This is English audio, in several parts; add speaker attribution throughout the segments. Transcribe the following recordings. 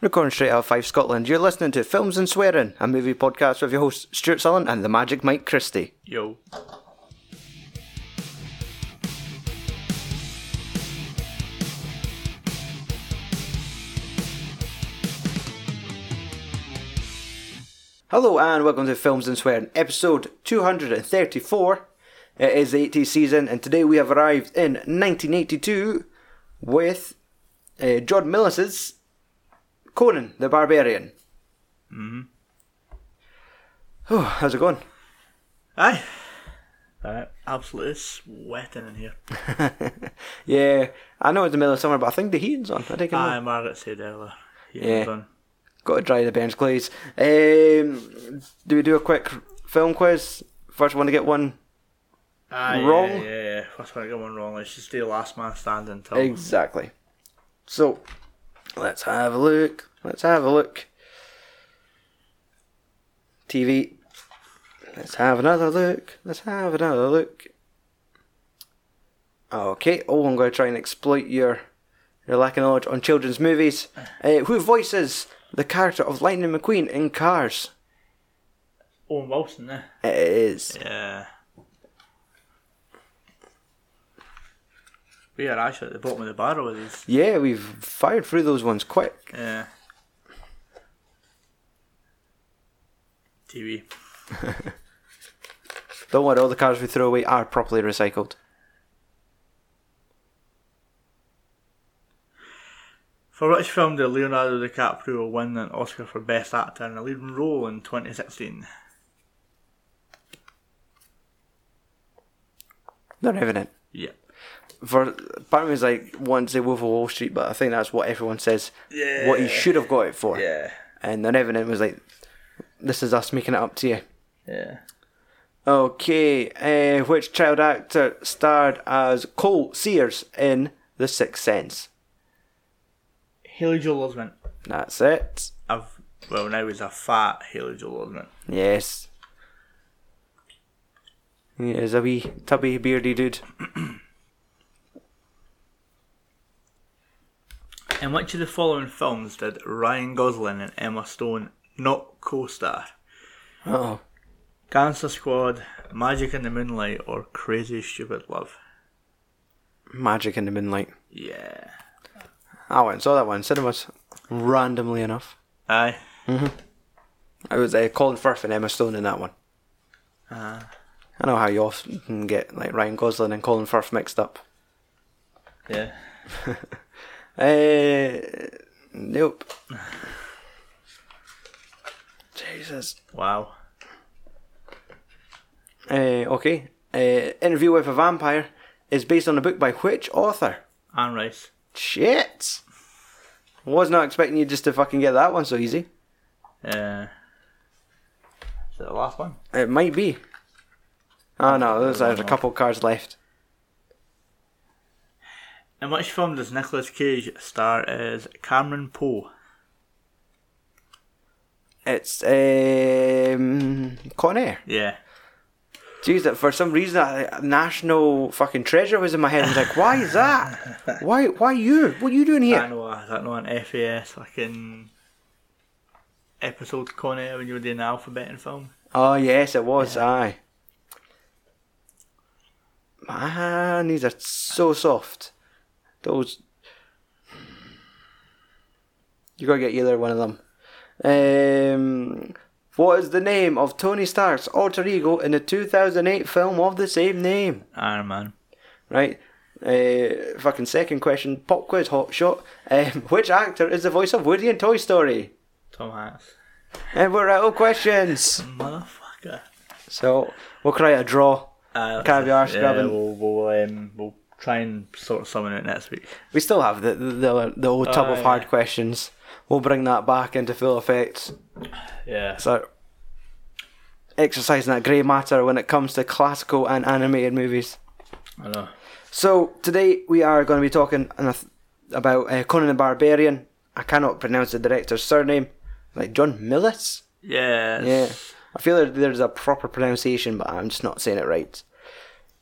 Speaker 1: Recording straight out of 5 Scotland, you're listening to Films and Swearing, a movie podcast with your hosts Stuart Sullen and the Magic Mike Christie.
Speaker 2: Yo.
Speaker 1: Hello and welcome to Films and Swearing, episode 234. It is the 80s season, and today we have arrived in 1982 with uh, John Millis's Conan the Barbarian. Mm-hmm. Oh, how's it going?
Speaker 2: Aye. Uh, absolutely sweating in here.
Speaker 1: yeah, I know it's the middle of summer, but I think the heating's on. I think it
Speaker 2: Aye, Margaret said earlier.
Speaker 1: Yeah.
Speaker 2: Yeah. Done.
Speaker 1: Got to dry the bench glaze. Um, do we do a quick film quiz? First one to get one
Speaker 2: Aye,
Speaker 1: Wrong?
Speaker 2: Yeah, yeah, yeah. That's when I got one wrong. Let's just do last man standing. Till
Speaker 1: exactly. So let's have a look. Let's have a look. TV. Let's have another look. Let's have another look. Okay. Oh, I'm going to try and exploit your your lack of knowledge on children's movies. Uh, who voices the character of Lightning McQueen in Cars?
Speaker 2: Owen Wilson, eh?
Speaker 1: It is.
Speaker 2: Yeah. We are actually at the bottom of the barrel with these.
Speaker 1: Yeah, we've fired through those ones quick.
Speaker 2: Yeah. TV.
Speaker 1: Don't worry, all the cars we throw away are properly recycled.
Speaker 2: For which film did Leonardo DiCaprio win an Oscar for Best Actor in a leading role in 2016?
Speaker 1: They're having it.
Speaker 2: Yep.
Speaker 1: For apparently, it's like once they Wolf of Wall Street, but I think that's what everyone says.
Speaker 2: Yeah.
Speaker 1: What he should have got it for.
Speaker 2: Yeah.
Speaker 1: And they're having it was like, this is us making it up to you.
Speaker 2: Yeah.
Speaker 1: Okay, uh, which child actor starred as Cole Sears in The Sixth Sense?
Speaker 2: Haley Joel Osment.
Speaker 1: That's it.
Speaker 2: I've well now he's a fat Haley Joel Osment.
Speaker 1: Yes. He is a wee tubby beardy dude.
Speaker 2: In which of the following films did Ryan Gosling and Emma Stone not co-star?
Speaker 1: Oh.
Speaker 2: Cancer Squad, Magic in the Moonlight, or Crazy Stupid Love?
Speaker 1: Magic in the Moonlight.
Speaker 2: Yeah.
Speaker 1: I went and saw that one in cinemas, randomly enough.
Speaker 2: Aye.
Speaker 1: I was uh, Colin Firth and Emma Stone in that one.
Speaker 2: Uh,
Speaker 1: I know how you often get like Ryan Gosling and Colin Firth mixed up.
Speaker 2: yeah.
Speaker 1: Uh, nope. Jesus.
Speaker 2: Wow.
Speaker 1: Uh, okay. Uh, Interview with a Vampire is based on a book by which author?
Speaker 2: Anne Rice.
Speaker 1: Shit. Was not expecting you just to fucking get that one so easy.
Speaker 2: Uh, is that the last one?
Speaker 1: It might be. Oh no, there's, there's a couple cards left.
Speaker 2: In which film does Nicolas Cage star as Cameron Poe?
Speaker 1: It's um, Con Air.
Speaker 2: Yeah.
Speaker 1: Jeez, that for some reason, I, National fucking Treasure was in my head. I was like, why is that? Why? Why you? What are you doing
Speaker 2: I
Speaker 1: here?
Speaker 2: know, I don't know an FAS fucking episode Con Air when you were doing the alphabet in film.
Speaker 1: Oh yes, it was. Aye. My hands are so soft. Those. You gotta get either one of them. Um, what is the name of Tony Stark's alter ego in the 2008 film of the same name?
Speaker 2: Iron Man.
Speaker 1: right? Uh, fucking second question, pop quiz, hot shot. Um, which actor is the voice of Woody in Toy Story?
Speaker 2: Tom Hanks.
Speaker 1: And we're out of questions.
Speaker 2: Motherfucker.
Speaker 1: So we'll cry a draw.
Speaker 2: Uh,
Speaker 1: Can't be arsed grabbing.
Speaker 2: We'll, we'll, um, we'll try and sort someone out next week.
Speaker 1: We still have the the, the, the old tub
Speaker 2: Oh,
Speaker 1: of
Speaker 2: yeah.
Speaker 1: hard questions. We'll bring that back into full effect.
Speaker 2: Yeah.
Speaker 1: So exercising that grey matter when it comes to classical and animated movies.
Speaker 2: I know.
Speaker 1: So today we are going to be talking on a th- about uh, Conan the Barbarian. I cannot pronounce the director's surname, like John Millis.
Speaker 2: Yes.
Speaker 1: Yeah. I feel there, there's a proper pronunciation, but I'm just not saying it right.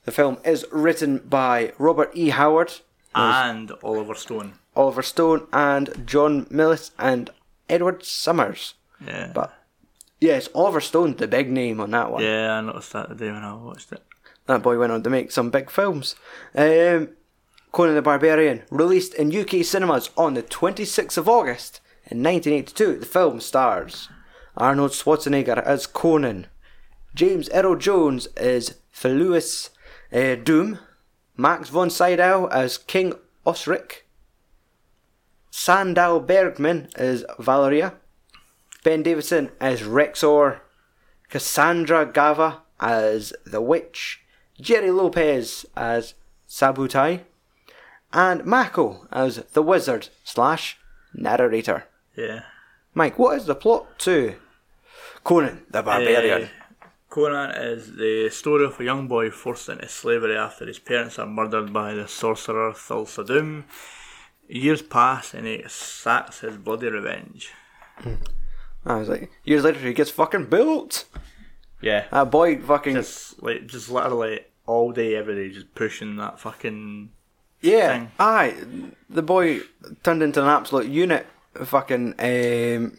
Speaker 1: The film is written by Robert E. Howard,
Speaker 2: And Oliver Stone.
Speaker 1: Oliver Stone, and John Millis, and Edward Summers.
Speaker 2: Yeah.
Speaker 1: But yes, Oliver Stone's the big name on that one.
Speaker 2: yeah, I noticed that the day when I watched it.
Speaker 1: That boy went on to make some big films. Um, Conan the Barbarian, released in UK cinemas on the 26th of August in 1982, the film stars Arnold Schwarzenegger as Conan, James Earl Jones as Philus uh, Doom, Max von Sydow as King Osric, Sandow Bergman as Valeria, Ben Davison as Rexor, Cassandra Gava as the Witch, Jerry Lopez as Sabutai, and Mako as the Wizard slash narrator.
Speaker 2: Yeah.
Speaker 1: Mike, what is the plot to Conan the Barbarian?
Speaker 2: Uh, Conan is the story of a young boy forced into slavery after his parents are murdered by the sorcerer Thul Sadoom. Years pass and he sacks his bloody revenge.
Speaker 1: I was like, years later he gets fucking built.
Speaker 2: Yeah.
Speaker 1: That boy fucking
Speaker 2: Just like just literally all day every day just pushing that fucking
Speaker 1: yeah,
Speaker 2: thing.
Speaker 1: aye. The boy turned into an absolute unit. Fucking um,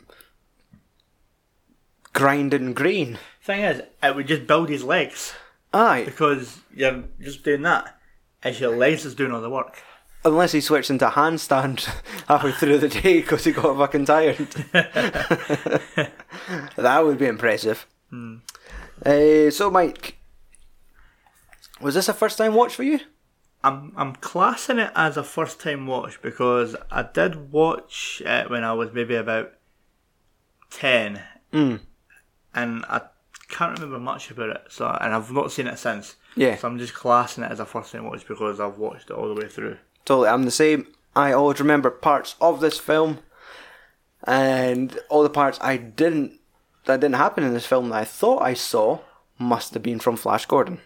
Speaker 1: grinding green.
Speaker 2: thing is, it would just build his legs.
Speaker 1: Aye,
Speaker 2: Because you're just doing that. It's your legs that's doing all the work.
Speaker 1: unless he switched into handstand halfway through the day because he got fucking tired. that would be impressive. Uh, so, Mike, was this a first time watch for you?
Speaker 2: I'm I'm classing it as a first time watch because I did watch it when I was maybe about ten,
Speaker 1: Mm.
Speaker 2: and I can't remember much about it. So and I've not seen it since.
Speaker 1: Yeah.
Speaker 2: So I'm just classing it as a first time watch because I've watched it all the way through.
Speaker 1: Totally, I'm the same. I always remember parts of this film, and all the parts I didn't that didn't happen in this film that I thought I saw must have been from Flash Gordon.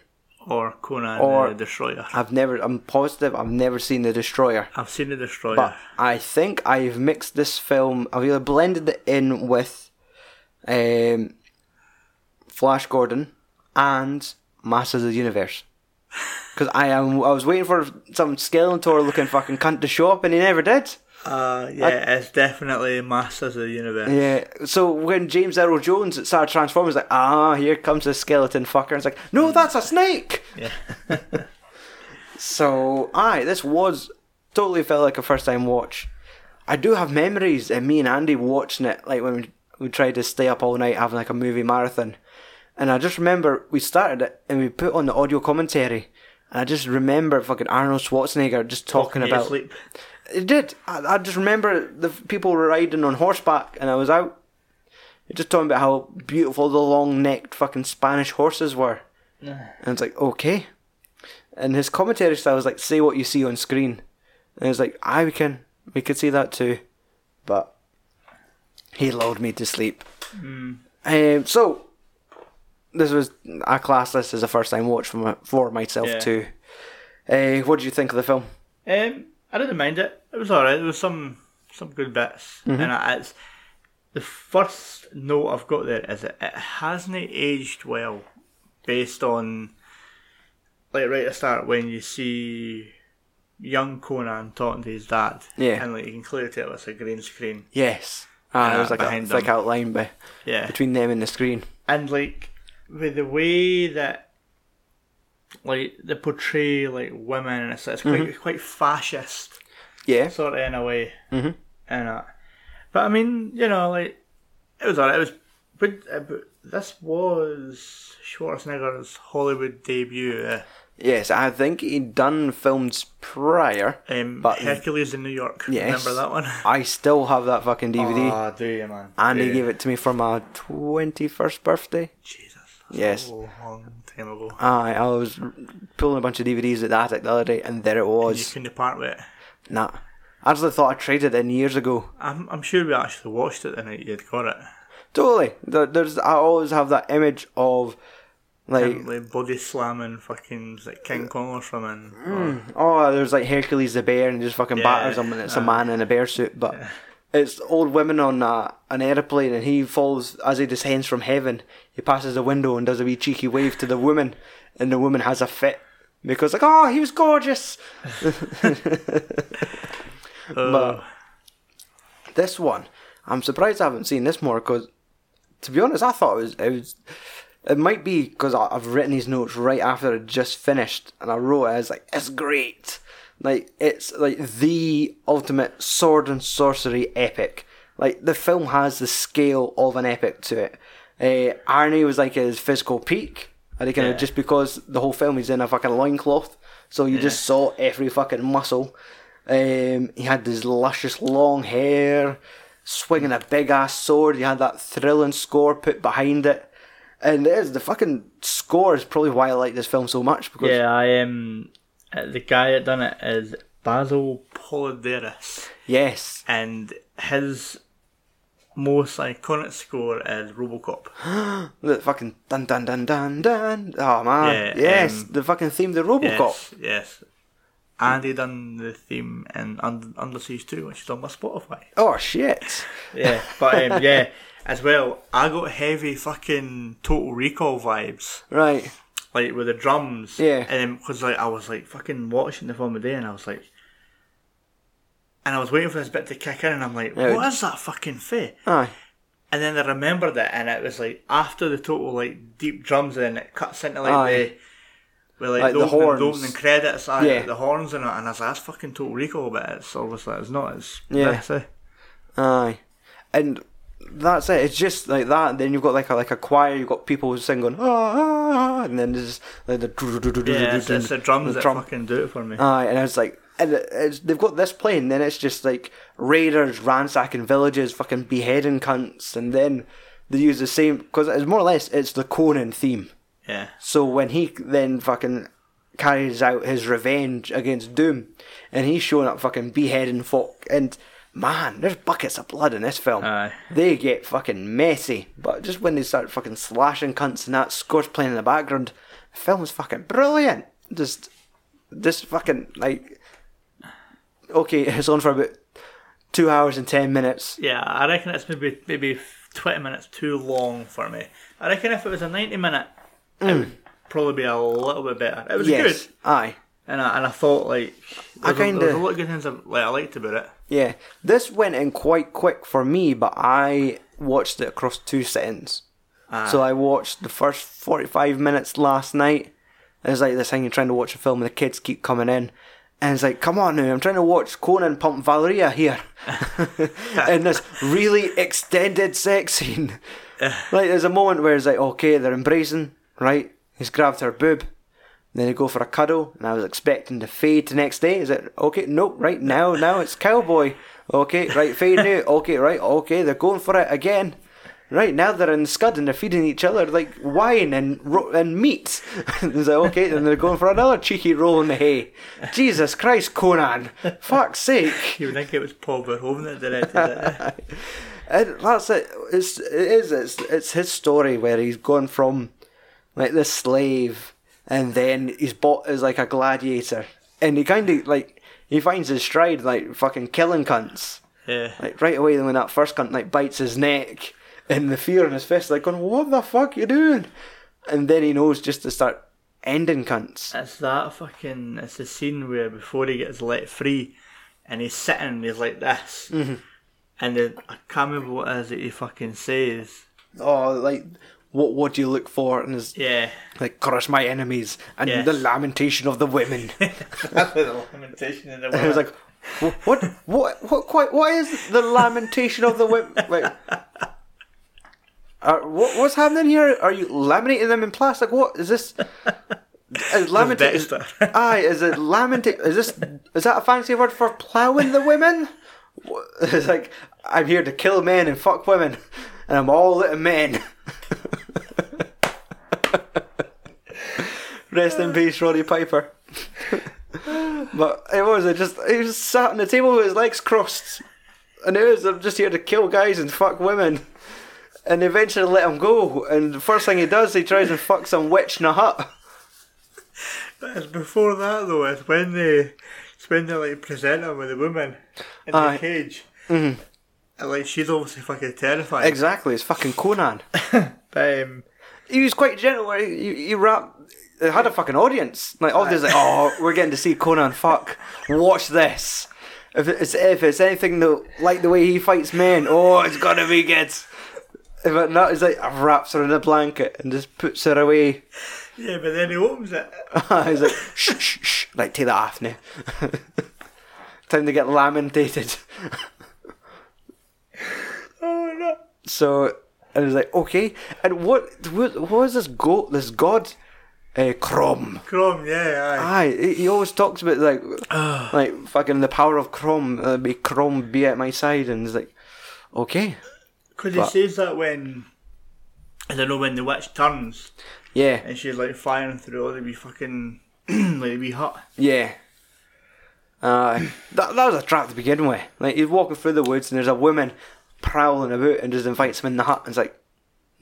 Speaker 2: Or Conan
Speaker 1: Or-
Speaker 2: the Destroyer.
Speaker 1: I've never, I'm positive, I've never seen The Destroyer.
Speaker 2: I've seen the Destroyer.
Speaker 1: But I think I've mixed this film. I've either blended it in with um, Flash Gordon and Masters of the Universe. Because I am, I was waiting for some Skeletor looking fucking cunt to show up, and he never did.
Speaker 2: uh, yeah, it's definitely Masters of the Universe.
Speaker 1: Yeah. So when James Earl Jones started transforming, it's like, ah, here comes the skeleton fucker. It's like, no, that's a snake.
Speaker 2: Yeah.
Speaker 1: So, aye, this was totally felt like a first time watch. I do have memories of me and Andy watching it, like when we, we tried to stay up all night having like a movie marathon. And I just remember we started it and we put on the audio commentary. And I just remember fucking Arnold Schwarzenegger just talking
Speaker 2: You
Speaker 1: about.
Speaker 2: sleep.
Speaker 1: It did. I, I just remember the f- people were riding on horseback, and I was out. Just talking about how beautiful the long-necked fucking Spanish horses were, and it's like okay. And his commentary style was like, "Say what you see on screen," and it's like, "I we can we could see that too," but he lulled me to sleep. Um, so this was I class this as a first-time watch for, my, for myself
Speaker 2: Yeah.
Speaker 1: too. Uh, what did you think of the film?
Speaker 2: Um, I didn't mind it. It was alright. There was some some good bits, and I, it's the first note I've got there is that it hasn't aged well, based on like right at the start when you see young Conan talking to his dad,
Speaker 1: Yeah.
Speaker 2: and like you can clearly tell it's a green screen,
Speaker 1: Yes. Ah,
Speaker 2: Yeah,
Speaker 1: it was like a
Speaker 2: behind
Speaker 1: thick
Speaker 2: them.
Speaker 1: outline by,
Speaker 2: yeah,
Speaker 1: between them and the screen.
Speaker 2: and like with the way that like they portray like women, and it's, it's quite quite fascist.
Speaker 1: Yeah.
Speaker 2: sort of in a way.
Speaker 1: Mm-hmm.
Speaker 2: And uh, but I mean, you know, like it was alright. It was, but, uh, but this was Schwarzenegger's Hollywood debut. Uh,
Speaker 1: Yes, I think he'd done films prior.
Speaker 2: um,
Speaker 1: But-
Speaker 2: Hercules in New York.
Speaker 1: Yes.
Speaker 2: Remember that one?
Speaker 1: I still have that fucking DVD,
Speaker 2: Ah, do you, man?
Speaker 1: and
Speaker 2: do
Speaker 1: he
Speaker 2: you.
Speaker 1: gave it to me for my twenty-first birthday.
Speaker 2: Jesus.
Speaker 1: Yes.
Speaker 2: A long time ago.
Speaker 1: Aye, I was r- pulling a bunch of DVDs at the attic the other day, and there it
Speaker 2: You
Speaker 1: was.
Speaker 2: couldn't part with it.
Speaker 1: Nah, I actually thought I traded in years ago.
Speaker 2: I'm, I'm sure we actually watched it the night you'd got it.
Speaker 1: Totally. There- There's. I always have that image of, like,
Speaker 2: And, Um, like body slamming fucking was it King Kong or something. Or-
Speaker 1: Oh, there's like Hercules the bear and he just fucking
Speaker 2: Yeah,
Speaker 1: batters him and it's a man in a bear suit, but it's old women on uh, an aeroplane and he falls as he descends from heaven. He passes the window and does a wee cheeky wave to the woman, and the woman has a fit because like, oh, he was gorgeous.
Speaker 2: Oh,
Speaker 1: This one, I'm surprised I haven't seen this more because, to be honest, I thought it was. It, was, it might be because I've written these notes right after it just finished, and I wrote it. I was like, "It's great! Like it's like the ultimate sword and sorcery epic. Like the film has the scale of an epic to it. Uh, Arnie was like at his physical peak. I think you know,
Speaker 2: Yeah.
Speaker 1: just because the whole film he's in a fucking loincloth, so you just saw every fucking muscle. Um, he had this luscious long hair, swinging a big ass sword. He had that thrilling score put behind it, and there's the fucking score is probably why I like this film so much because
Speaker 2: Yeah, I am. Um, uh, the guy that done it is Basil Polideris,
Speaker 1: yes,
Speaker 2: and his most iconic score is Robocop.
Speaker 1: the fucking dun dun dun dun dun. Oh man,
Speaker 2: Yeah,
Speaker 1: yes,
Speaker 2: um,
Speaker 1: the fucking theme, the RoboCop.
Speaker 2: Yes, yes. And he done the theme in Under, Under Siege 2, which is on my Spotify.
Speaker 1: Oh shit.
Speaker 2: Yeah, but um, yeah, as well, I got heavy fucking Total Recall vibes,
Speaker 1: Right.
Speaker 2: like with the drums.
Speaker 1: Yeah.
Speaker 2: And because like I was like fucking watching the film today, and I was like, and I was waiting for this bit to kick in, and I'm like,
Speaker 1: Yeah.
Speaker 2: what is that fucking fit?
Speaker 1: Aye.
Speaker 2: And then I remembered it, and it was like after the total like deep drums, and it cuts into like
Speaker 1: Aye.
Speaker 2: the. With like,
Speaker 1: Like
Speaker 2: the,
Speaker 1: the
Speaker 2: opening,
Speaker 1: horns.
Speaker 2: the opening credits, aye,
Speaker 1: Yeah.
Speaker 2: the horns and it, and I was like, that's fucking Total Recall, but it's obviously it's not. It's
Speaker 1: Yeah.
Speaker 2: this, eh?
Speaker 1: Aye, and that's it. It's just like that. And then you've got like a like a choir. You've got people singing ah, ah, ah and then there's like the
Speaker 2: yeah, it's, it's the drums that
Speaker 1: drum. Uh,
Speaker 2: fucking do it for me.
Speaker 1: Aye, and it's like and it- it's, they've got this plane. Then it's just like raiders ransacking villages, fucking beheading cunts, and then they use the same because it's more or less it's the Conan theme.
Speaker 2: yeah.
Speaker 1: So when he then fucking carries out his revenge against Doom, and he's showing up fucking beheading folk, and man, there's buckets of blood in this film.
Speaker 2: Aye.
Speaker 1: They get fucking messy, but just when they start fucking slashing cunts and that score's playing in the background, the film is fucking brilliant. Just, this fucking like, okay, it's on for about two hours and ten minutes.
Speaker 2: Yeah, I reckon it's maybe maybe twenty minutes too long for me. I reckon if it was a ninety minute, it would probably be a little bit better. It was
Speaker 1: Mm. yes,
Speaker 2: good,
Speaker 1: aye.
Speaker 2: and I, and I thought like
Speaker 1: I
Speaker 2: there's a-
Speaker 1: kinda-
Speaker 2: there's a lot of good things I, like I liked about it.
Speaker 1: Yeah, this went in quite quick for me, but I watched it across two sittings. So I watched the first 45 minutes last night. And it's like this thing, you're trying to watch a film and the kids keep coming in. And it's like, come on now, I'm trying to watch Conan pump Valeria here. in this really extended sex scene. like, there's a moment where it's like, okay, they're embracing, right? He's grabbed her boob. Then they go for a cuddle, and I was expecting to fade the next day. Is it okay? Nope. Right now, now it's cowboy. Okay, right, fade now. Okay, right, okay, they're going for it again. Right now they're in the scud and they're feeding each other like wine and ro- and meat. it's like okay, then they're going for another cheeky roll in the hay. Jesus Christ, Conan! Fuck's sake!
Speaker 2: You would think it was Paul Verhoeven that directed it. eh?
Speaker 1: And that's it. It's it is it's it's his story where he's gone from like this slave, and then he's bought as like a gladiator, and he kind of like he finds his stride like fucking killing cunts.
Speaker 2: Yeah,
Speaker 1: Like right away when that first cunt like bites his neck, and the fear in his fist, like going, "What the fuck you doing?" And then he knows just to start ending cunts.
Speaker 2: it's that fucking. It's the scene where before he gets let free, and he's sitting and he's like this,
Speaker 1: Mm-hmm.
Speaker 2: and then I can't remember what it is that he fucking says.
Speaker 1: Oh, like what what do you look for? And his
Speaker 2: Yeah,
Speaker 1: like crush my enemies and
Speaker 2: Yes.
Speaker 1: the lamentation of the women.
Speaker 2: the lamentation in the
Speaker 1: I was like, "Wh- what, what, what, quite, what is the lamentation of the women? Like, are, what, what's happening here? Are you laminating them in plastic? What is this? Uh, Is lamentation?
Speaker 2: Dexter.
Speaker 1: Aye, is it lamentation? Is this? Is that a fancy word for ploughing the women? Wha- It's like I'm here to kill men and fuck women, and I'm all little men. Rest in peace, Roddy Piper. But it was it just he was sat on the table with his legs crossed, and it was I'm just here to kill guys and fuck women, and they eventually let him go. And the first thing he does, he tries and fuck some witch in a hut.
Speaker 2: It's before that though. It's when they, it's when they like present him with the woman in
Speaker 1: Aye. Mm-hmm.
Speaker 2: the cage. And like she's obviously fucking terrified.
Speaker 1: Exactly, it's fucking Conan.
Speaker 2: But, um,
Speaker 1: He was quite gentle. Where he, he wrapped. It had a fucking audience. Like obviously, oh, we're getting to see Conan. Fuck, watch this. If it's if it's anything though, like the way he fights men, oh, it's gonna be good. If it not, it's like wraps her in a blanket and just puts her away.
Speaker 2: Yeah, but then he opens it.
Speaker 1: He's like, shh, shh, shh, like take that off now. Time to get lamentated.
Speaker 2: Oh no!
Speaker 1: So and it's like, okay, and what what, what is this go this god, uh, Crom?
Speaker 2: Crom, yeah, aye.
Speaker 1: Aye, he he always talks about like, like fucking the power of Crom. Uh, may Crom be at my side, and it's like, okay,
Speaker 2: Because he
Speaker 1: But-
Speaker 2: says that when I don't know when the witch turns
Speaker 1: yeah,
Speaker 2: and she's like firing through all the wee fucking like the wee hut.
Speaker 1: yeah. Uh, that that was a trap to begin with. Like he's walking through the woods, and there's a woman prowling about, and just invites him in the hut. And it's like,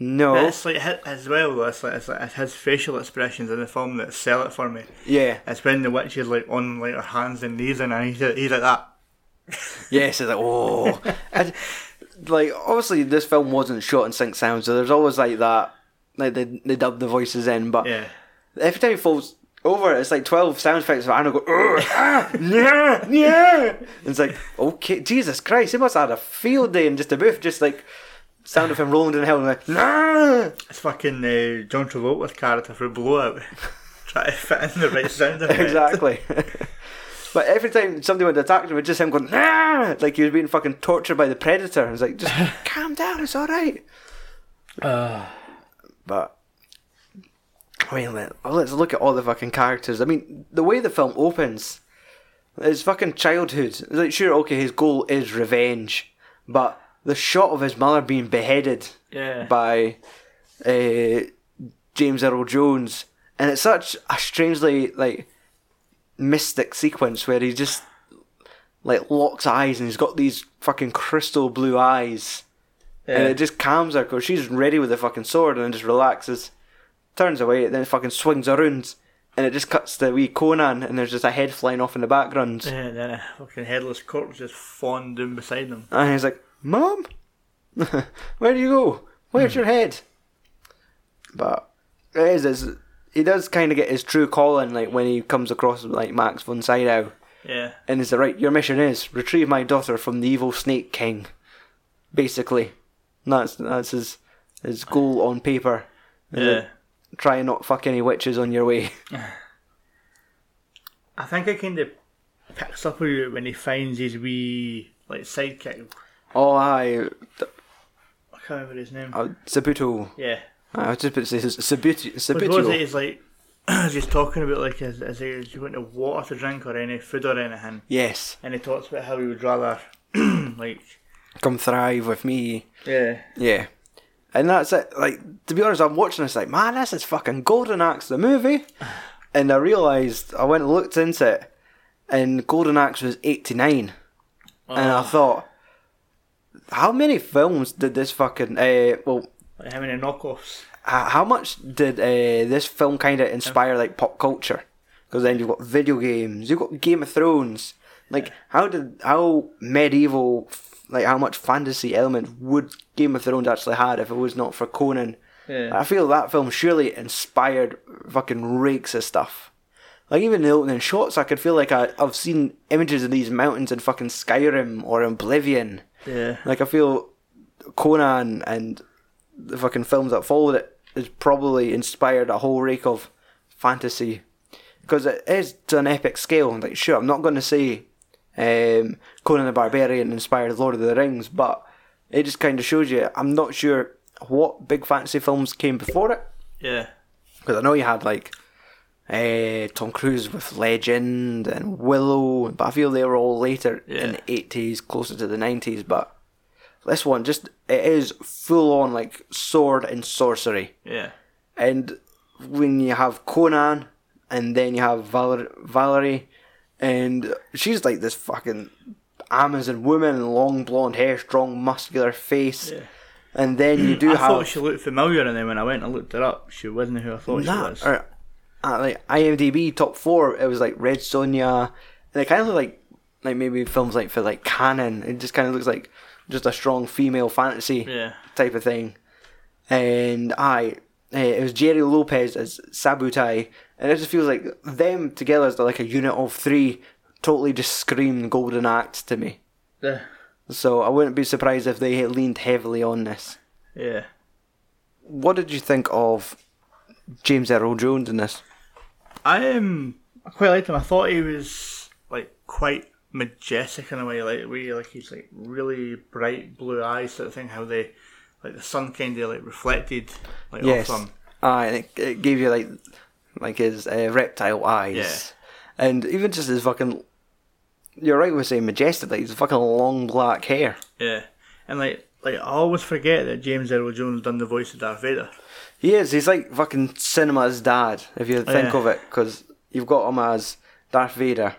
Speaker 1: no,
Speaker 2: But It's like hi- as well. though, It's like it's like it's his facial expressions in the film that sell it for me.
Speaker 1: yeah,
Speaker 2: It's when the witch is like on like her hands and knees and he's he's like that.
Speaker 1: Yes, it's like oh, and, like obviously this film wasn't shot in sync sound, so there's always like that, like they they dub the voices in, but
Speaker 2: Yeah.
Speaker 1: every time he falls over, it's like twelve sound effects. And I go, "Ugh, ah, yeah, yeah. And it's like okay, Jesus Christ, he must have had a field day in just a booth, just like sound of him rolling down the hill and like, nah.
Speaker 2: It's fucking uh, John Travolta's character for Blowout. Try to fit in the right sound effect.
Speaker 1: exactly. But every time somebody went to attack him, it was just him going, nah! like he was being fucking tortured by the predator. It's like, just calm down, it's all right. but I mean, let, us look at all the fucking characters. I mean, the way the film opens is fucking childhood. It's like, sure, okay, his goal is revenge, but the shot of his mother being beheaded
Speaker 2: Yeah.
Speaker 1: by uh, James Earl Jones, and it's such a strangely like mystic sequence where he just like locks eyes and he's got these fucking crystal blue eyes, and
Speaker 2: Yeah.
Speaker 1: it just calms her because she's ready with the fucking sword and then just relaxes, turns away, and then fucking swings around, and it just cuts to wee Conan, and there's just a head flying off in the background,
Speaker 2: Yeah, and then a fucking headless corpse just fawned down beside them.
Speaker 1: and he's like, "Mom, where do you go? Where's
Speaker 2: Hmm.
Speaker 1: your head?" But it is. It's, he does kind of get his true calling, like when he comes across like Max von Sydow,
Speaker 2: Yeah.
Speaker 1: and he's like, "Right, your mission is retrieve my daughter from the evil Snake King." Basically, And that's that's his his goal on paper. Is
Speaker 2: Yeah.
Speaker 1: it, Try and not fuck any witches on your way.
Speaker 2: I think it kind of picks up with you when he finds his wee like sidekick.
Speaker 1: Oh, aye,
Speaker 2: I can't remember his name.
Speaker 1: uh, Sabuto.
Speaker 2: yeah.
Speaker 1: I was just about to say Sabuto.
Speaker 2: But what was it?
Speaker 1: Sabuto.
Speaker 2: He's like, he's talking about like, is, is he is he going to water to drink or any food or anything?
Speaker 1: Yes,
Speaker 2: And he talks about how he would rather, like,
Speaker 1: come thrive with me.
Speaker 2: yeah,
Speaker 1: Yeah. And that's it. Like, to be honest, I'm watching this like, man, this is fucking Golden Axe, the movie. And I realised, I went and looked into it, and Golden Axe was 89.
Speaker 2: uh,
Speaker 1: And
Speaker 2: Oh.
Speaker 1: I thought, how many films did this fucking, uh, well,
Speaker 2: like how many knockoffs?
Speaker 1: h- how much did uh, this film kind of inspire, like, pop culture? Because then you've got video games, you've got Game of Thrones. Like, how did, how medieval, f- like, how much fantasy element would Game of Thrones actually had if it was not for Conan?
Speaker 2: Yeah.
Speaker 1: I feel that film surely inspired fucking rakes of stuff. Like even the opening shots, I could feel like I, I've seen images of these mountains in fucking Skyrim or Oblivion.
Speaker 2: Yeah.
Speaker 1: Like I feel Conan and the fucking films that followed it has probably inspired a whole rake of fantasy because it is to an epic scale. Like sure, I'm not going to say um, Conan the Barbarian inspired Lord of the Rings, but it just kind of shows you. I'm not sure what big fantasy films came before it
Speaker 2: Yeah.
Speaker 1: because I know you had like uh, Tom Cruise with Legend and Willow, but I feel they were all later in
Speaker 2: Yeah.
Speaker 1: the eighties, closer to the nineties. But this one just it is full on like sword and sorcery,
Speaker 2: Yeah.
Speaker 1: and when you have Conan and then you have Valer- Valerie, and she's like this fucking Amazon woman, long blonde hair, strong muscular face.
Speaker 2: Yeah.
Speaker 1: And then you do
Speaker 2: I
Speaker 1: have
Speaker 2: thought she looked familiar, and then when I went and looked her up, she wasn't who I thought she was.
Speaker 1: that or uh, like IMDb top four, it was like Red Sonja, and it kind of looked like like maybe films like for like canon. It just kind of looks like just a strong female fantasy
Speaker 2: Yeah.
Speaker 1: type of thing. And I, uh, it was Jerry Lopez as Sabutai, and it just feels like them together as like a unit of three totally just screamed Golden Axe to me.
Speaker 2: The,
Speaker 1: So I wouldn't be surprised if they leaned heavily on this.
Speaker 2: yeah.
Speaker 1: What did you think of James Earl Jones in this?
Speaker 2: I um, I quite liked him. I thought he was like quite majestic in a way, like we like he's like really bright blue eyes sort of thing. How they like the sun kind of like reflected like
Speaker 1: Yes.
Speaker 2: off him.
Speaker 1: Ah, and it, it gave you like like his uh, reptile eyes. And even just his fucking. You're right with saying majestic, like his fucking long black hair.
Speaker 2: Yeah, and like like I always forget that James Earl Jones done the voice of Darth Vader.
Speaker 1: He is, he's like fucking cinema's dad, if you think
Speaker 2: yeah.
Speaker 1: of it, because you've got him as Darth Vader,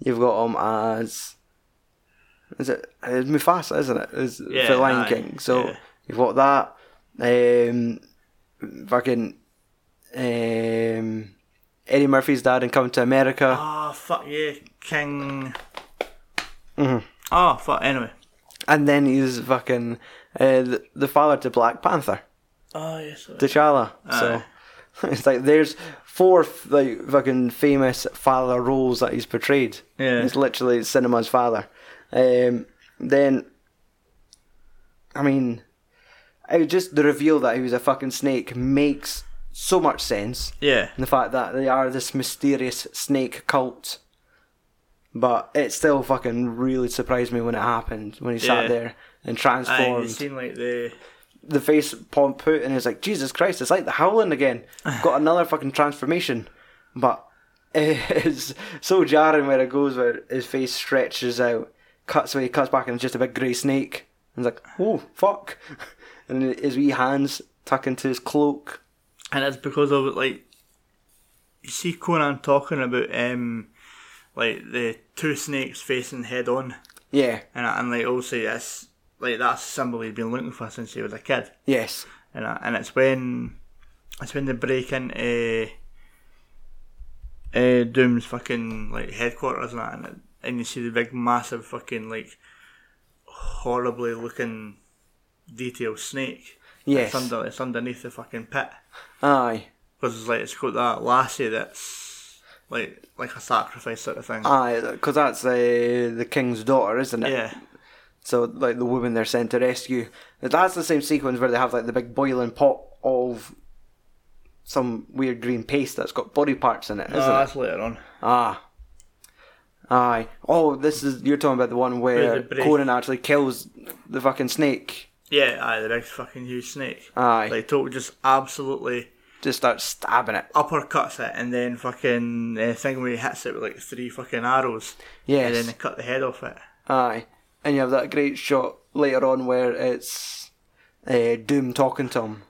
Speaker 1: you've got him as. Is it it's Mufasa, isn't it? Is
Speaker 2: Yeah,
Speaker 1: for Lion
Speaker 2: aye,
Speaker 1: King. So
Speaker 2: yeah.
Speaker 1: you've got that. Um, fucking um, Eddie Murphy's dad in Coming to America.
Speaker 2: Ah, fuck yeah, King.
Speaker 1: Mm-hmm.
Speaker 2: Oh fuck. Anyway.
Speaker 1: And then he's fucking uh, the, the father to Black Panther,
Speaker 2: Oh yes. sorry.
Speaker 1: T'Challa.
Speaker 2: Aye.
Speaker 1: So it's like there's four f- like fucking famous father roles that he's portrayed.
Speaker 2: Yeah.
Speaker 1: he's literally cinema's father. Um, then, I mean, it was just the reveal that he was a fucking snake makes so much sense.
Speaker 2: yeah.
Speaker 1: And the fact that they are this mysterious snake cult. But it still fucking really surprised me when it happened, when he
Speaker 2: Yeah.
Speaker 1: sat there and
Speaker 2: I
Speaker 1: transformed.
Speaker 2: seen like the
Speaker 1: the face popped out and it's like, Jesus Christ, it's like the Howling again. Got another fucking transformation. But it's so jarring where it goes, where his face stretches out, cuts away, cuts back, and it's just a big grey snake. And it's like, oh, fuck. And his wee hands tuck into his cloak.
Speaker 2: and it's because of like you see Conan talking about um like the two snakes facing head on
Speaker 1: Yeah,
Speaker 2: and I- and like obviously that's like that's a symbol he'd been looking for since he was a kid
Speaker 1: yes.
Speaker 2: and I, and it's when it's when they break into uh, Doom's fucking like headquarters and that and, it, and you see the big massive fucking like horribly looking detailed snake
Speaker 1: Yes.
Speaker 2: it's, under, it's underneath the fucking pit
Speaker 1: Aye.
Speaker 2: because it's like it's got that lassie that's like like a sacrifice sort of thing.
Speaker 1: Aye, because that's uh, the king's daughter, isn't it?
Speaker 2: yeah,
Speaker 1: So, like, the woman they're sent to rescue. That's the same sequence where they have, like, the big boiling pot of some weird green paste that's got body parts in it, isn't
Speaker 2: no,
Speaker 1: it?
Speaker 2: that's later on.
Speaker 1: Ah. Aye. Oh, this is. You're talking about the one
Speaker 2: Where
Speaker 1: where
Speaker 2: the break-
Speaker 1: Conan actually kills the fucking snake.
Speaker 2: Yeah, aye, the big fucking huge snake.
Speaker 1: Aye.
Speaker 2: Like total just absolutely
Speaker 1: Just starts stabbing it.
Speaker 2: uppercuts it, and then fucking uh, thing where he hits it with like three fucking arrows.
Speaker 1: Yes.
Speaker 2: and then they cut the head off it.
Speaker 1: Aye. And you have that great shot later on where it's uh, Doom talking to him.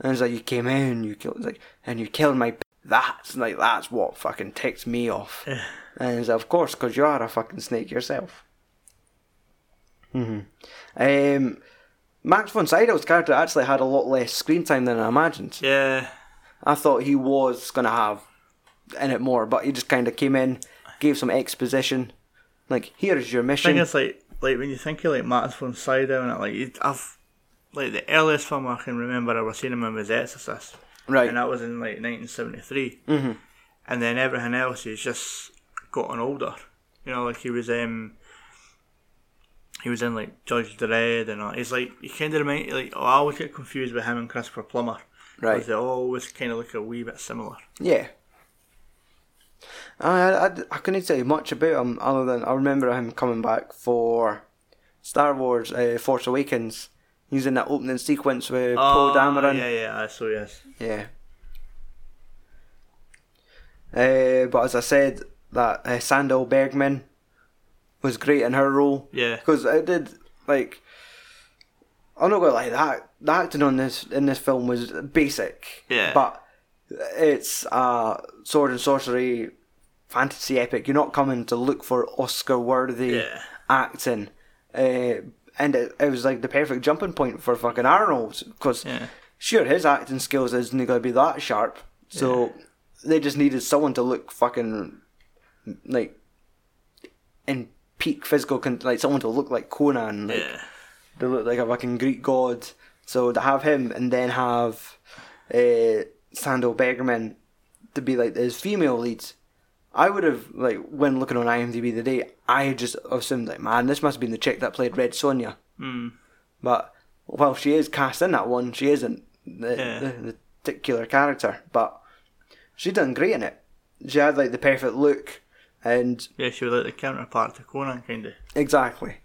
Speaker 1: And it's like, you came in, you killed, it's like, and you killed my. P-. That's like, that's what fucking ticks me off. and it's like, of course, because you are a fucking snake yourself. hmm Um, Max von Sydow's character actually had a lot less screen time than I imagined.
Speaker 2: Yeah,
Speaker 1: I thought he was going to have in it more, but he just kind of came in, gave some exposition. Like, here's your
Speaker 2: I think
Speaker 1: mission.
Speaker 2: it's like like when you think of like Matt's von Sydow and it, like you- I've like the earliest film I can remember I was seeing him in was Exorcist.
Speaker 1: Right.
Speaker 2: and that was in like 1973. Mm-hmm. And then everything else he's just gotten older. You know, like he was um, he was in like Judge Dredd and all. He's like he kind of remind like oh, I always get confused with him and Christopher Plummer.
Speaker 1: Right.
Speaker 2: Because they always kind of look a wee bit similar.
Speaker 1: Yeah. I, I, I couldn't tell you much about him other than I remember him coming back for Star Wars uh, Force Awakens. He's in that opening sequence with Poe Dameron.
Speaker 2: Oh, Yeah, Ah, yeah, I saw yes.
Speaker 1: Yeah. Uh, but as I said, that uh, Sandal Bergman was great in her role.
Speaker 2: Yeah.
Speaker 1: Because it did like. I'm not gonna lie. That the acting on this in this film was basic.
Speaker 2: Yeah.
Speaker 1: But it's a sword and sorcery fantasy epic. You're not coming to look for Oscar worthy
Speaker 2: Yeah.
Speaker 1: acting. Uh, and it, it was like the perfect jumping point for fucking Arnold because
Speaker 2: Yeah.
Speaker 1: sure his acting skills isn't going to be that sharp. So they just needed someone to look fucking like in peak physical con- like someone to look like Conan, like
Speaker 2: Yeah.
Speaker 1: they look like a fucking Greek god. So to have him and then eh, have uh, Sandal Bergman to be like his female lead, I would have like when looking on IMDb the day I just assumed like man this must have been the chick that played Red Sonja.
Speaker 2: Mm.
Speaker 1: But while she is cast in that one, she isn't the,
Speaker 2: Yeah.
Speaker 1: the, the particular character. But she done great in it. She had like the perfect look, and
Speaker 2: Yeah, she was like the counterpart to Conan, kind of.
Speaker 1: exactly.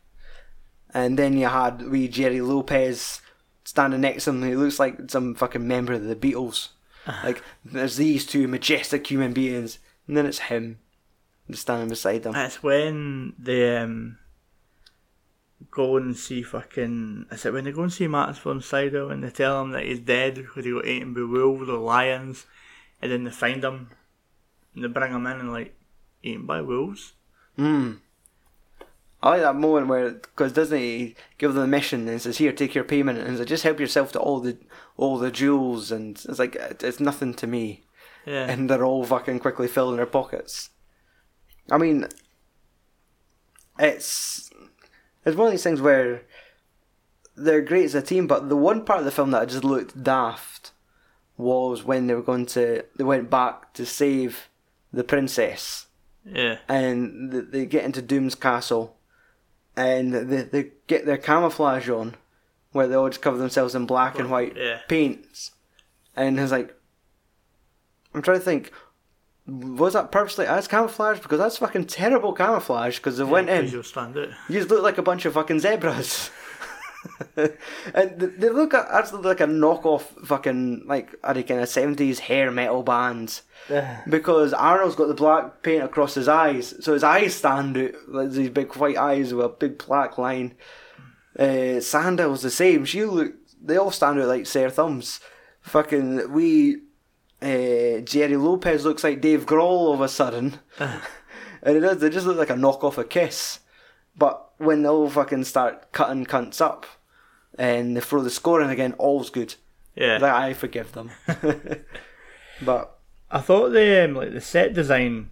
Speaker 1: And then you had wee Jerry Lopez standing next to him. He looks like some fucking member of the Beatles. like there's these two majestic human beings, and then it's him just standing beside them.
Speaker 2: That's when they um, go and see fucking. Is it when they go and see Martin von Sydow and they tell him that he's dead because he got eaten by wolves or lions, and then they find him and they bring him in and like eaten by wolves.
Speaker 1: Mm. I like that moment where, because doesn't he give them a mission and says, "Here, take your payment," and he's like, "Just help yourself to all the all the jewels," and it's like "It- it's nothing to me,
Speaker 2: Yeah,
Speaker 1: and they're all fucking quickly filling their pockets. I mean, it's it's one of these things where they're great as a team, but the one part of the film that just looked daft was when they were going to they went back to save the princess
Speaker 2: yeah,
Speaker 1: and th- they get into Doom's castle, and they, they get their camouflage on, where they all just cover themselves in black and white
Speaker 2: Yeah.
Speaker 1: paints, and it's like, I'm trying to think, was that purposely as camouflage? Because that's fucking terrible camouflage. Because they went in,
Speaker 2: Because you'll stand out.
Speaker 1: you just look like a bunch of fucking zebras. and th- they look a- absolutely like a knockoff fucking like I reckon a seventies hair metal bands. Because Arnold's got the black paint across his eyes, so his eyes stand out. Like these big white eyes with a big black line. Uh, Sandel's the same. She look. They all stand out like sore thumbs. Fucking we. Uh, Jerry Lopez looks like Dave Grohl all of a sudden, and it does. They just look like a knockoff of Kiss. But when they all fucking start cutting cunts up, and they throw the score in again, all's good.
Speaker 2: Yeah.
Speaker 1: Like, I forgive them. but
Speaker 2: I thought the um, like the set design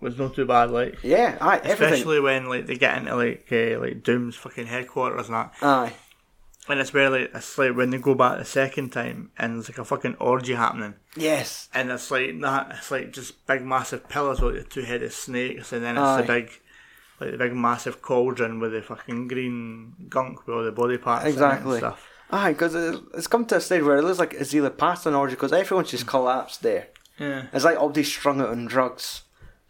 Speaker 2: was not too bad, like
Speaker 1: yeah, aye, everything.
Speaker 2: especially when like they get into like uh, like Doom's fucking headquarters and that.
Speaker 1: Aye.
Speaker 2: And it's where like it's like when they go back the second time and there's like a fucking orgy happening.
Speaker 1: Yes.
Speaker 2: And it's like that it's like just big massive pillars with the two headed snakes and then it's
Speaker 1: Aye.
Speaker 2: the big like the big massive cauldron with the fucking green gunk with all the body parts in it
Speaker 1: Exactly.
Speaker 2: and stuff.
Speaker 1: Aye, because it's come to a stage where it looks like it's either past an orgy because everyone's
Speaker 2: Mm.
Speaker 1: just collapsed there.
Speaker 2: Yeah.
Speaker 1: It's like everybody's strung out on drugs,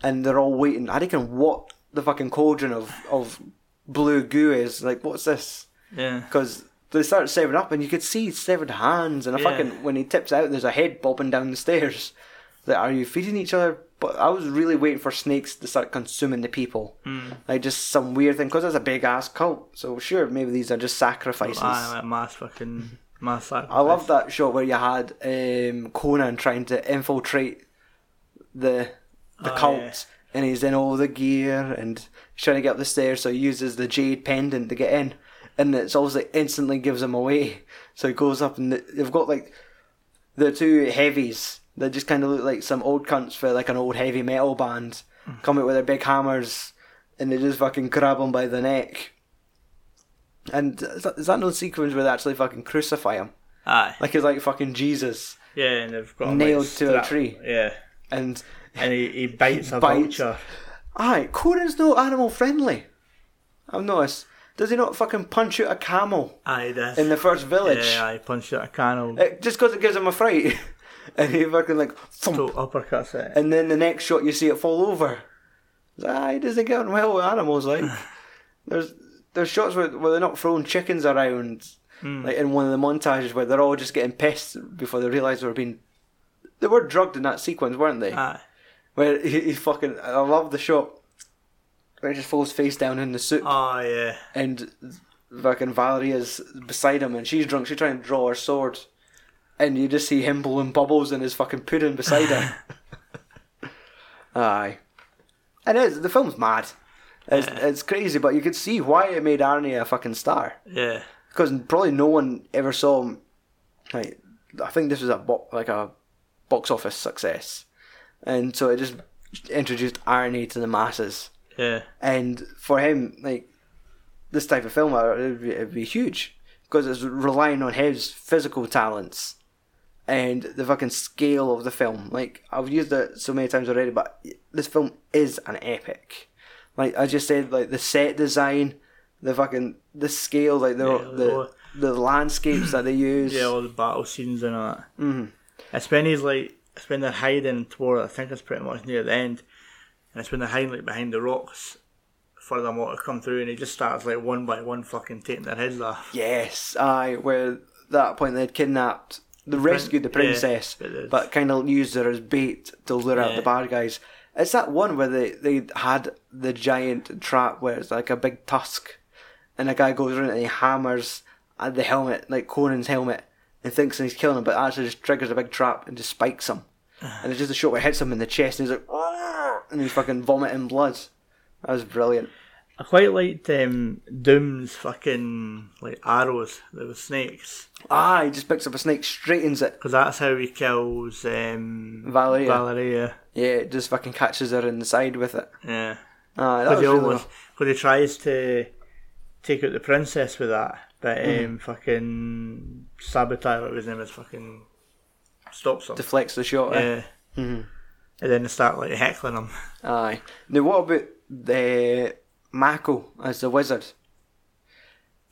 Speaker 1: and they're all waiting. I reckon what the fucking cauldron of of blue goo is like. What's this?
Speaker 2: Yeah.
Speaker 1: Because they start severing up, and you could see severed hands, and a
Speaker 2: Yeah.
Speaker 1: fucking when he tips out, there's a head bobbing down the stairs. Like, are you feeding each other? But I was really waiting for snakes to start consuming the people,
Speaker 2: Hmm.
Speaker 1: mm. like just some weird thing. Because it's a big ass cult, so sure, maybe these are just sacrifices.
Speaker 2: Aye, like mass fucking mass
Speaker 1: I love that shot where you had um, Conan trying to infiltrate the the
Speaker 2: Oh,
Speaker 1: cult,
Speaker 2: yeah.
Speaker 1: and he's in all the gear and he's trying to get up the stairs. So he uses the jade pendant to get in, and it's obviously instantly gives him away. So he goes up, and th- they've got like the two heavies that just kind of look like some old cunts for like an old heavy metal band
Speaker 2: Hmm.
Speaker 1: come out with their big hammers, and they just fucking grab him by the neck. And is that, is that no sequence where they actually fucking crucify him?
Speaker 2: Aye.
Speaker 1: Like it's like fucking Jesus,
Speaker 2: Yeah, and they've got
Speaker 1: Nailed
Speaker 2: like,
Speaker 1: to a
Speaker 2: strap-
Speaker 1: tree.
Speaker 2: Yeah.
Speaker 1: and
Speaker 2: And he, he bites a
Speaker 1: bites.
Speaker 2: vulture.
Speaker 1: aye, Conan's no animal friendly. I've noticed. Does he not fucking punch out a camel
Speaker 2: Aye, that's
Speaker 1: in the first village?
Speaker 2: Yeah, I punched out a canal.
Speaker 1: It- just because it gives him a fright, and he fucking like thump,
Speaker 2: So uppercuts it.
Speaker 1: and then the next shot you see it fall over. It's like, Aye, he doesn't get on well with animals. Like there's there's shots where, where they're not throwing chickens around,
Speaker 2: Hmm.
Speaker 1: like in one of the montages where they're all just getting pissed before they realise they were being they were drugged in that sequence, weren't they?
Speaker 2: Aye.
Speaker 1: where he, he fucking I love the shot where he just falls face down in the soup
Speaker 2: Oh yeah.
Speaker 1: and fucking Valerie is beside him and she's drunk she's trying to draw her sword and you just see him blowing bubbles in his fucking pudding beside her aye and it's, the film's mad it's, it's crazy but you could see why it made Arnie a fucking star
Speaker 2: Yeah.
Speaker 1: because probably no one ever saw him. Like, I think this was a bo- like a box office success, and so it just introduced irony to the masses.
Speaker 2: Yeah.
Speaker 1: And for him, like this type of film, uh, it'd be, it'd be huge because it's relying on his physical talents and the fucking scale of the film. Like I've used it so many times already, but this film is an epic. Like I just said, like the set design, the fucking the scale, like the
Speaker 2: Yeah,
Speaker 1: the, the landscapes that they use.
Speaker 2: Yeah, all the battle scenes and all that.
Speaker 1: Mhm.
Speaker 2: It's when he's like, it's when they're hiding toward, I think it's pretty much near the end, and it's when they're hiding like behind the rocks for them all to come through, and he just starts like one by one fucking taking their heads off.
Speaker 1: Yes, aye. Where that point they'd kidnapped, they rescued the
Speaker 2: prin- yeah,
Speaker 1: princess,
Speaker 2: but it's-
Speaker 1: but kind of used her as bait to lure out
Speaker 2: Yeah.
Speaker 1: the bad guys. It's that one where they, they had the giant trap where it's like a big tusk, and a guy goes around and he hammers at the helmet, like Conan's helmet, and thinks he's killing him, but actually just triggers a big trap and just spikes him. And it's just a shot where it hits him in the chest, and he's like, "Argh!" and he's fucking vomiting blood. That was brilliant.
Speaker 2: I quite liked um, Doom's fucking like arrows that were snakes,
Speaker 1: Ah, he just picks up a snake, straightens it,
Speaker 2: because that's how he kills um,
Speaker 1: Valeria.
Speaker 2: Valeria.
Speaker 1: Yeah, it just fucking catches her in the side with it.
Speaker 2: Yeah.
Speaker 1: Ah, that was
Speaker 2: Because he
Speaker 1: really
Speaker 2: almost, because he tries to take out the princess with that, but um,
Speaker 1: Mm-hmm.
Speaker 2: fucking sabotage whatever his name is fucking stops him.
Speaker 1: deflects the shot. eh?
Speaker 2: yeah. And then they start like heckling him.
Speaker 1: Aye. Now what about the Mako as the wizard?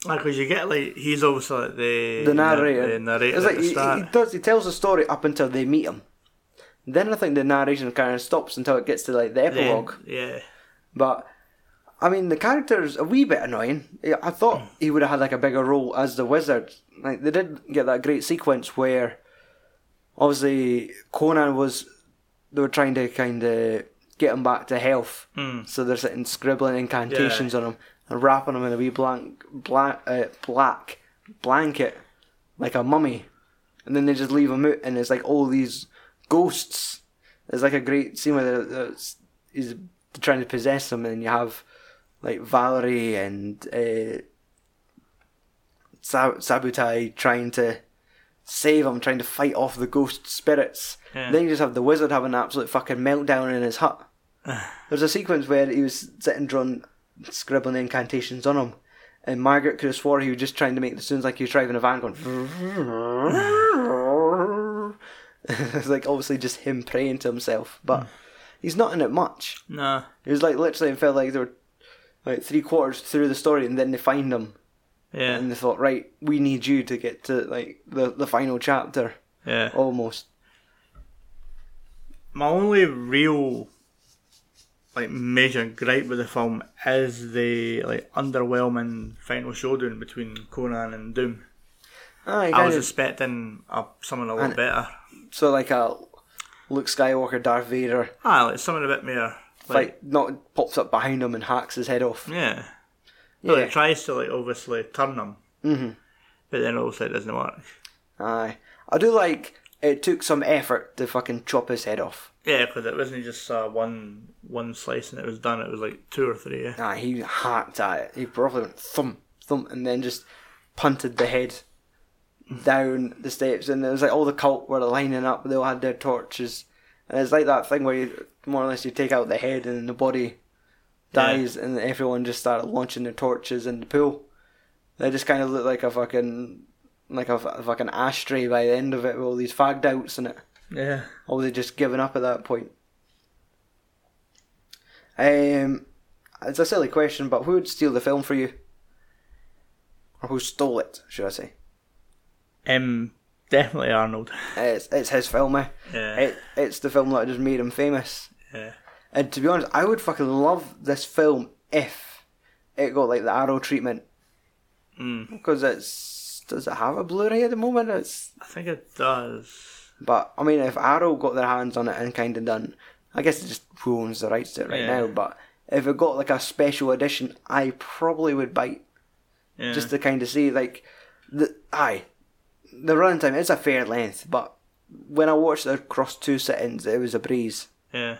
Speaker 2: Because you get like he's obviously like the
Speaker 1: The narrator.
Speaker 2: the narrator
Speaker 1: It's like
Speaker 2: at the
Speaker 1: he,
Speaker 2: start.
Speaker 1: he does. He tells the story up until they meet him. Then I think the narration kind of stops until it gets to like the
Speaker 2: Then-
Speaker 1: epilogue.
Speaker 2: yeah,
Speaker 1: But I mean, the character's a wee bit annoying. Yeah, I thought he would have had like a bigger role as the wizard. Like they did get that great sequence where, obviously, Conan was they were trying to kind of get him back to health.
Speaker 2: Mm.
Speaker 1: So they're sitting scribbling incantations on him and wrapping him in a wee blank black uh, black blanket like a mummy, and then they just leave him out, and it's like all these ghosts. There's like a great scene where they're- they're- he's trying to possess them, and you have like Valerie and uh, Sab- Sabutai trying to save him, trying to fight off the ghost spirits.
Speaker 2: Yeah.
Speaker 1: Then you just have the wizard having an absolute fucking meltdown in his hut. There's a sequence where he was sitting drawing, scribbling incantations on him, and Margaret could have swore he was just trying to make the sounds like he was driving a van going. it's like obviously just him praying to himself, but he's not in it much.
Speaker 2: no,
Speaker 1: It was like literally, it felt like they were like three quarters through the story, and then they find him,
Speaker 2: yeah,
Speaker 1: and they thought, right, we need you to get to like the the final chapter
Speaker 2: yeah.
Speaker 1: almost.
Speaker 2: my only real like major gripe with the film is the like underwhelming final showdown between Conan and Doom.
Speaker 1: Ah, you
Speaker 2: I was
Speaker 1: kinda-
Speaker 2: expecting a, something a
Speaker 1: And-
Speaker 2: lot better.
Speaker 1: so like a Luke Skywalker, Darth Vader,
Speaker 2: Ah, like something a bit more like,
Speaker 1: like, not pops up behind him and hacks his head off.
Speaker 2: yeah.
Speaker 1: Yeah,
Speaker 2: Well, it tries to like obviously turn them,
Speaker 1: Mhm.
Speaker 2: but then obviously it doesn't work.
Speaker 1: aye. I do like it took some effort to fucking chop his head off.
Speaker 2: Yeah, because it wasn't just uh, one one slice and it was done. It was like two or three. Yeah.
Speaker 1: Nah, he hacked at it. He probably went thump thump and then just punted the head down the steps, and it was like all the cult were lining up. They all had their torches, and it's like that thing where you more or less you take out the head and the body dies, and everyone just started launching their torches in the pool. They just kind of looked like a fucking like a, f- fucking ashtray by the end of it with all these fagged outs in it.
Speaker 2: Yeah.
Speaker 1: Or were they just giving up at that point? Um, it's a silly question, but who would steal the film for you? Or who stole it, should I say?
Speaker 2: Um. Definitely Arnold.
Speaker 1: It's, it's his film, eh?
Speaker 2: Yeah.
Speaker 1: It, it's the film that just made him famous.
Speaker 2: yeah.
Speaker 1: And to be honest, I would fucking love this film if it got like the Arrow treatment.
Speaker 2: Mm.
Speaker 1: Because it's. Does it have a Blu ray at the moment? It's
Speaker 2: I think it does.
Speaker 1: But I mean, if Arrow got their hands on it and kind of done, I guess it just who owns the rights to it right
Speaker 2: Yeah.
Speaker 1: now. But if it got like a special edition, I probably would bite
Speaker 2: Yeah.
Speaker 1: just to kind of see like the aye the running time. It's a fair length, but when I watched it across two sittings, it was a breeze.
Speaker 2: Yeah.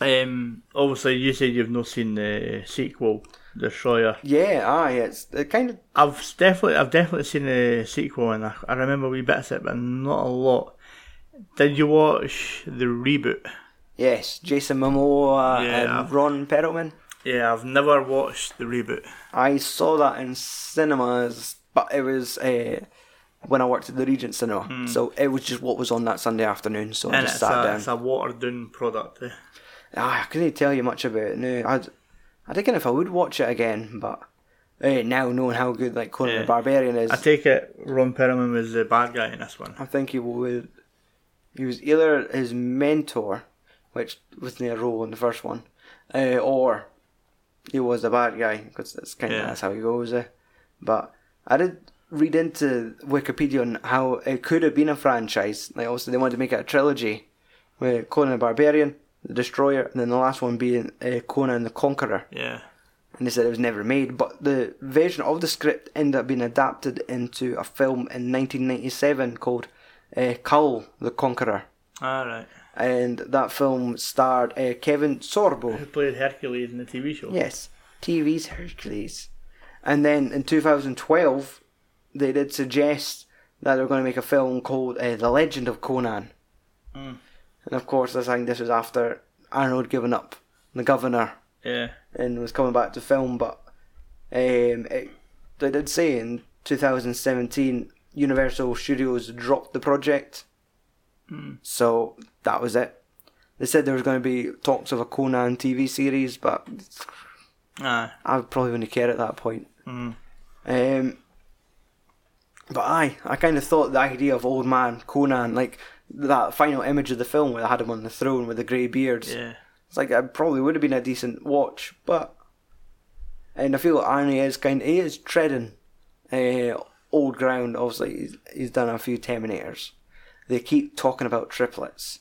Speaker 2: Um. Obviously, you said you've not seen the sequel, Destroyer.
Speaker 1: Yeah, aye, it's it kind of
Speaker 2: I've s- definitely, I've definitely seen the sequel, and I, I remember wee bits of it, but not a lot. Did you watch the reboot?
Speaker 1: yes. Jason Momoa
Speaker 2: Yeah.
Speaker 1: and Ron Perelman.
Speaker 2: Yeah, I've never watched the reboot.
Speaker 1: I saw that in cinemas, but it was uh, when I worked at the Regent Cinema. So it was just what was on that Sunday afternoon. So I
Speaker 2: Hmm. and
Speaker 1: just
Speaker 2: it's
Speaker 1: sat
Speaker 2: a,
Speaker 1: down.
Speaker 2: it's a watered down product. eh?
Speaker 1: Ah, I couldn't tell you much about it. No, I'd, I'd reckon if I would watch it again, but eh, now knowing how good like Conan
Speaker 2: Yeah.
Speaker 1: the Barbarian is,
Speaker 2: I
Speaker 1: I
Speaker 2: take it Ron Perelman was the bad guy in this one.
Speaker 1: think he would. He was either his mentor, which was in a role in the first one, eh, or he was the bad guy because that's kind of
Speaker 2: Yeah.
Speaker 1: that's how he goes. eh. But I did read into Wikipedia on how it could have been a franchise. Like obviously they wanted to make it a trilogy, with Conan the Barbarian, the Destroyer, and then the last one being uh, Conan the Conqueror.
Speaker 2: Yeah.
Speaker 1: and they said it was never made. But the version of the script ended up being adapted into a film in 1997 called uh, Cull the Conqueror,
Speaker 2: All right.
Speaker 1: and that film starred uh, Kevin Sorbo.
Speaker 2: Who played Hercules in the TV show?
Speaker 1: Yes, TV's Hercules. And then in 2012, they did suggest that they were going to make a film called uh, The Legend of Conan.
Speaker 2: Mm.
Speaker 1: And of course, I think this was after Arnold giving up the governor
Speaker 2: Yeah.
Speaker 1: and was coming back to film, but um, it, they did say in 2017 Universal Studios dropped the project, so that was it. They said there was going to be talks of a Conan TV series, but
Speaker 2: Aye.
Speaker 1: I probably wouldn't care at that point.
Speaker 2: Mm.
Speaker 1: Um, but I, I kind of thought the idea of old man Conan, like that final image of the film where they had him on the throne with the grey beards,
Speaker 2: Yeah.
Speaker 1: it's like it probably would have been a decent watch, but and I feel like Arnie is kind. He is treading uh, old ground. Obviously, he's, he's done a few Terminators. They keep talking about triplets.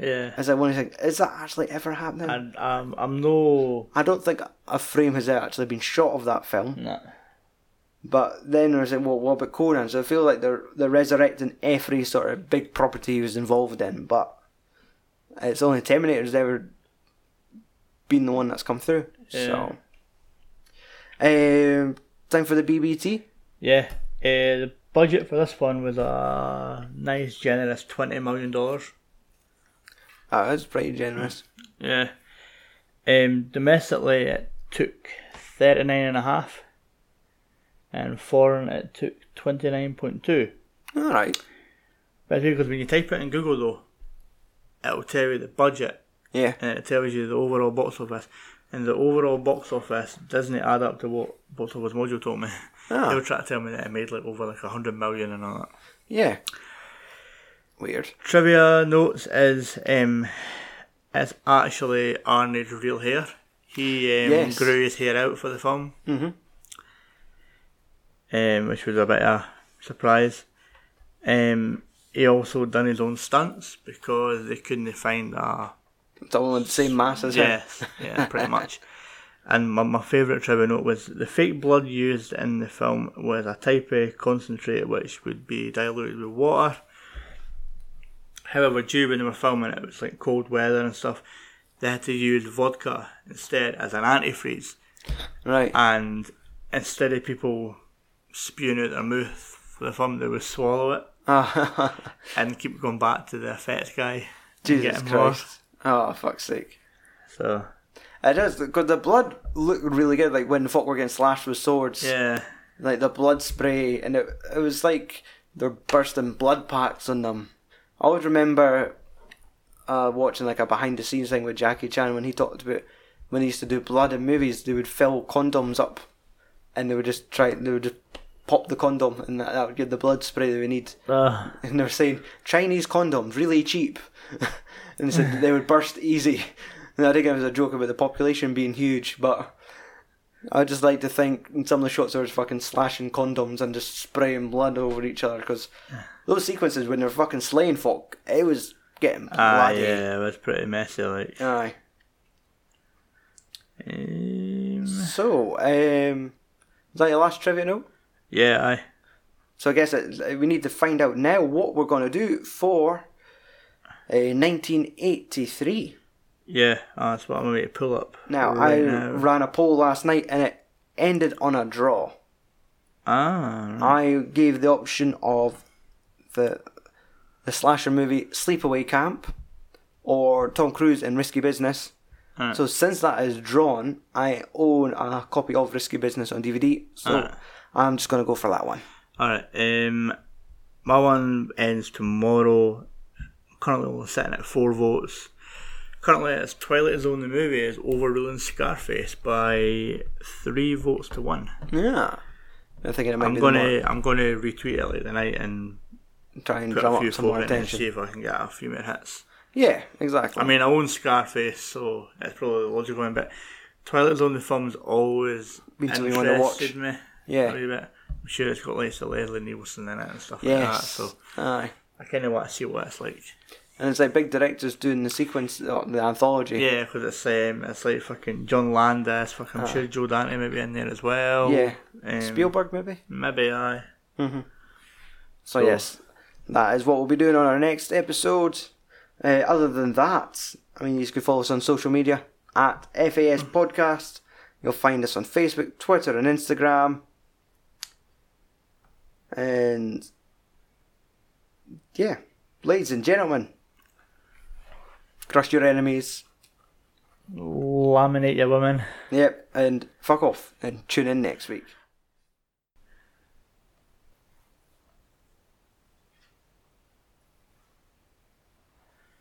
Speaker 2: Yeah.
Speaker 1: As I want to think, is that actually ever happening? I,
Speaker 2: And um, I'm no.
Speaker 1: don't think a frame has actually been shot of that film.
Speaker 2: Nah.
Speaker 1: But then there's like, well, what about Conan? So I feel like they're they're resurrecting every sort of big property he was involved in, but it's only Terminator's ever been the one that's come through. So, um, time for the BBT.
Speaker 2: Yeah. Uh, the budget for this one was a nice, generous twenty million dollars.
Speaker 1: Ah, that's pretty generous.
Speaker 2: Yeah. Um, domestically, it took thirty nine and a half, and foreign it took twenty nine point two.
Speaker 1: All right.
Speaker 2: That's because when you type it in Google though, it'll tell you the budget
Speaker 1: Yeah.
Speaker 2: and it tells you the overall box office. And the overall box office doesn't add up to what box office module told me.
Speaker 1: Ah.
Speaker 2: They were trying to tell me that it made like over like a hundred million and all that.
Speaker 1: Yeah. Weird.
Speaker 2: Trivia notes is um, it's actually Arnie's real hair. He um,
Speaker 1: Yes.
Speaker 2: grew his hair out for the film,
Speaker 1: Mhm.
Speaker 2: um, which was a bit of a surprise. Um, he also done his own stunts because they couldn't find a
Speaker 1: It's all in the same mass as yeah.
Speaker 2: Yes, yeah, pretty much. And my, my favourite trivia note was the fake blood used in the film was a type of concentrate which would be diluted with water. However, due when they were filming it, it was like cold weather and stuff. They had to use vodka instead as an antifreeze,
Speaker 1: Right.
Speaker 2: and instead of people spewing out their mouth for the film, they would swallow it
Speaker 1: Ah,
Speaker 2: and keep going back to the effects guy. and
Speaker 1: Jesus
Speaker 2: getting more.
Speaker 1: Christ. Oh, fuck's sake.
Speaker 2: So
Speaker 1: It does, because the blood looked really good, like when the folk were getting slashed with swords.
Speaker 2: yeah,
Speaker 1: like the blood spray, and it, it was like they're bursting blood packs on them. I always remember uh, watching like a behind the scenes thing with Jackie Chan when he talked about when he used to do blood in movies, they would fill condoms up, and they would just try, they would just pop the condom, and that, that would give the blood spray that we need.
Speaker 2: uh,
Speaker 1: And they were saying Chinese condoms really cheap, and they said they would burst easy. And I think it was a joke about the population being huge, but I just like to think in some of the shots they were fucking slashing condoms and just spraying blood over each other because those sequences when they're fucking slaying folk, it was getting
Speaker 2: ah,
Speaker 1: bloody.
Speaker 2: yeah, it was pretty messy. Like,
Speaker 1: Aye.
Speaker 2: Um,
Speaker 1: So, um, is that your last trivia note?
Speaker 2: yeah, aye.
Speaker 1: So I guess it, we need to find out now what we're going to do for uh, 1983.
Speaker 2: Yeah, ah, that's what I'm going to pull up.
Speaker 1: Now, I
Speaker 2: right now.
Speaker 1: ran a poll last night and it ended on a draw.
Speaker 2: Ah, right.
Speaker 1: I gave the option of the the slasher movie Sleepaway Camp or Tom Cruise in Risky Business.
Speaker 2: Alright.
Speaker 1: So since that is drawn, I own a copy of Risky Business on DVD. So
Speaker 2: Alright.
Speaker 1: I'm just going to go for that one.
Speaker 2: Alright, um, My one ends tomorrow. Currently, only sitting at four votes. Currently, it's Twilight Zone the movie is overruling Scarface by three votes to one.
Speaker 1: Yeah. I'm thinking it might
Speaker 2: I'm
Speaker 1: be
Speaker 2: gonna I'm gonna retweet it later tonight and
Speaker 1: more, try and
Speaker 2: put
Speaker 1: drum
Speaker 2: a few
Speaker 1: up some more
Speaker 2: forward in and
Speaker 1: attention.
Speaker 2: see if I can get a few more hits.
Speaker 1: Yeah, exactly.
Speaker 2: I mean, I own Scarface, so that's probably the logical one. But Twilight Zone the film's always
Speaker 1: Been something you wanna
Speaker 2: interested me.
Speaker 1: Yeah.
Speaker 2: a wee bit. I'm sure it's got Lisa Leslie Nielsen in it and stuff like that.
Speaker 1: yes.
Speaker 2: uh, So
Speaker 1: Aye.
Speaker 2: I kind of want to see what it's like.
Speaker 1: And it's like big directors doing the sequence, uh, the anthology.
Speaker 2: Yeah, because it's um, it's like fucking John Landis. Fucking, I'm sure Joe Dante may be in there as well.
Speaker 1: Ah. Yeah.
Speaker 2: um,
Speaker 1: Spielberg, maybe?
Speaker 2: Maybe I.
Speaker 1: So,
Speaker 2: Cool.
Speaker 1: yes, that is what we'll be doing on our next episode. Uh, other than that, I mean, you can follow us on social media at FAS Podcast. You'll find us on Facebook, Twitter, and Instagram. And yeah, ladies and gentlemen, crush your enemies.
Speaker 2: Laminate your woman.
Speaker 1: Yep, and fuck off and tune in next week.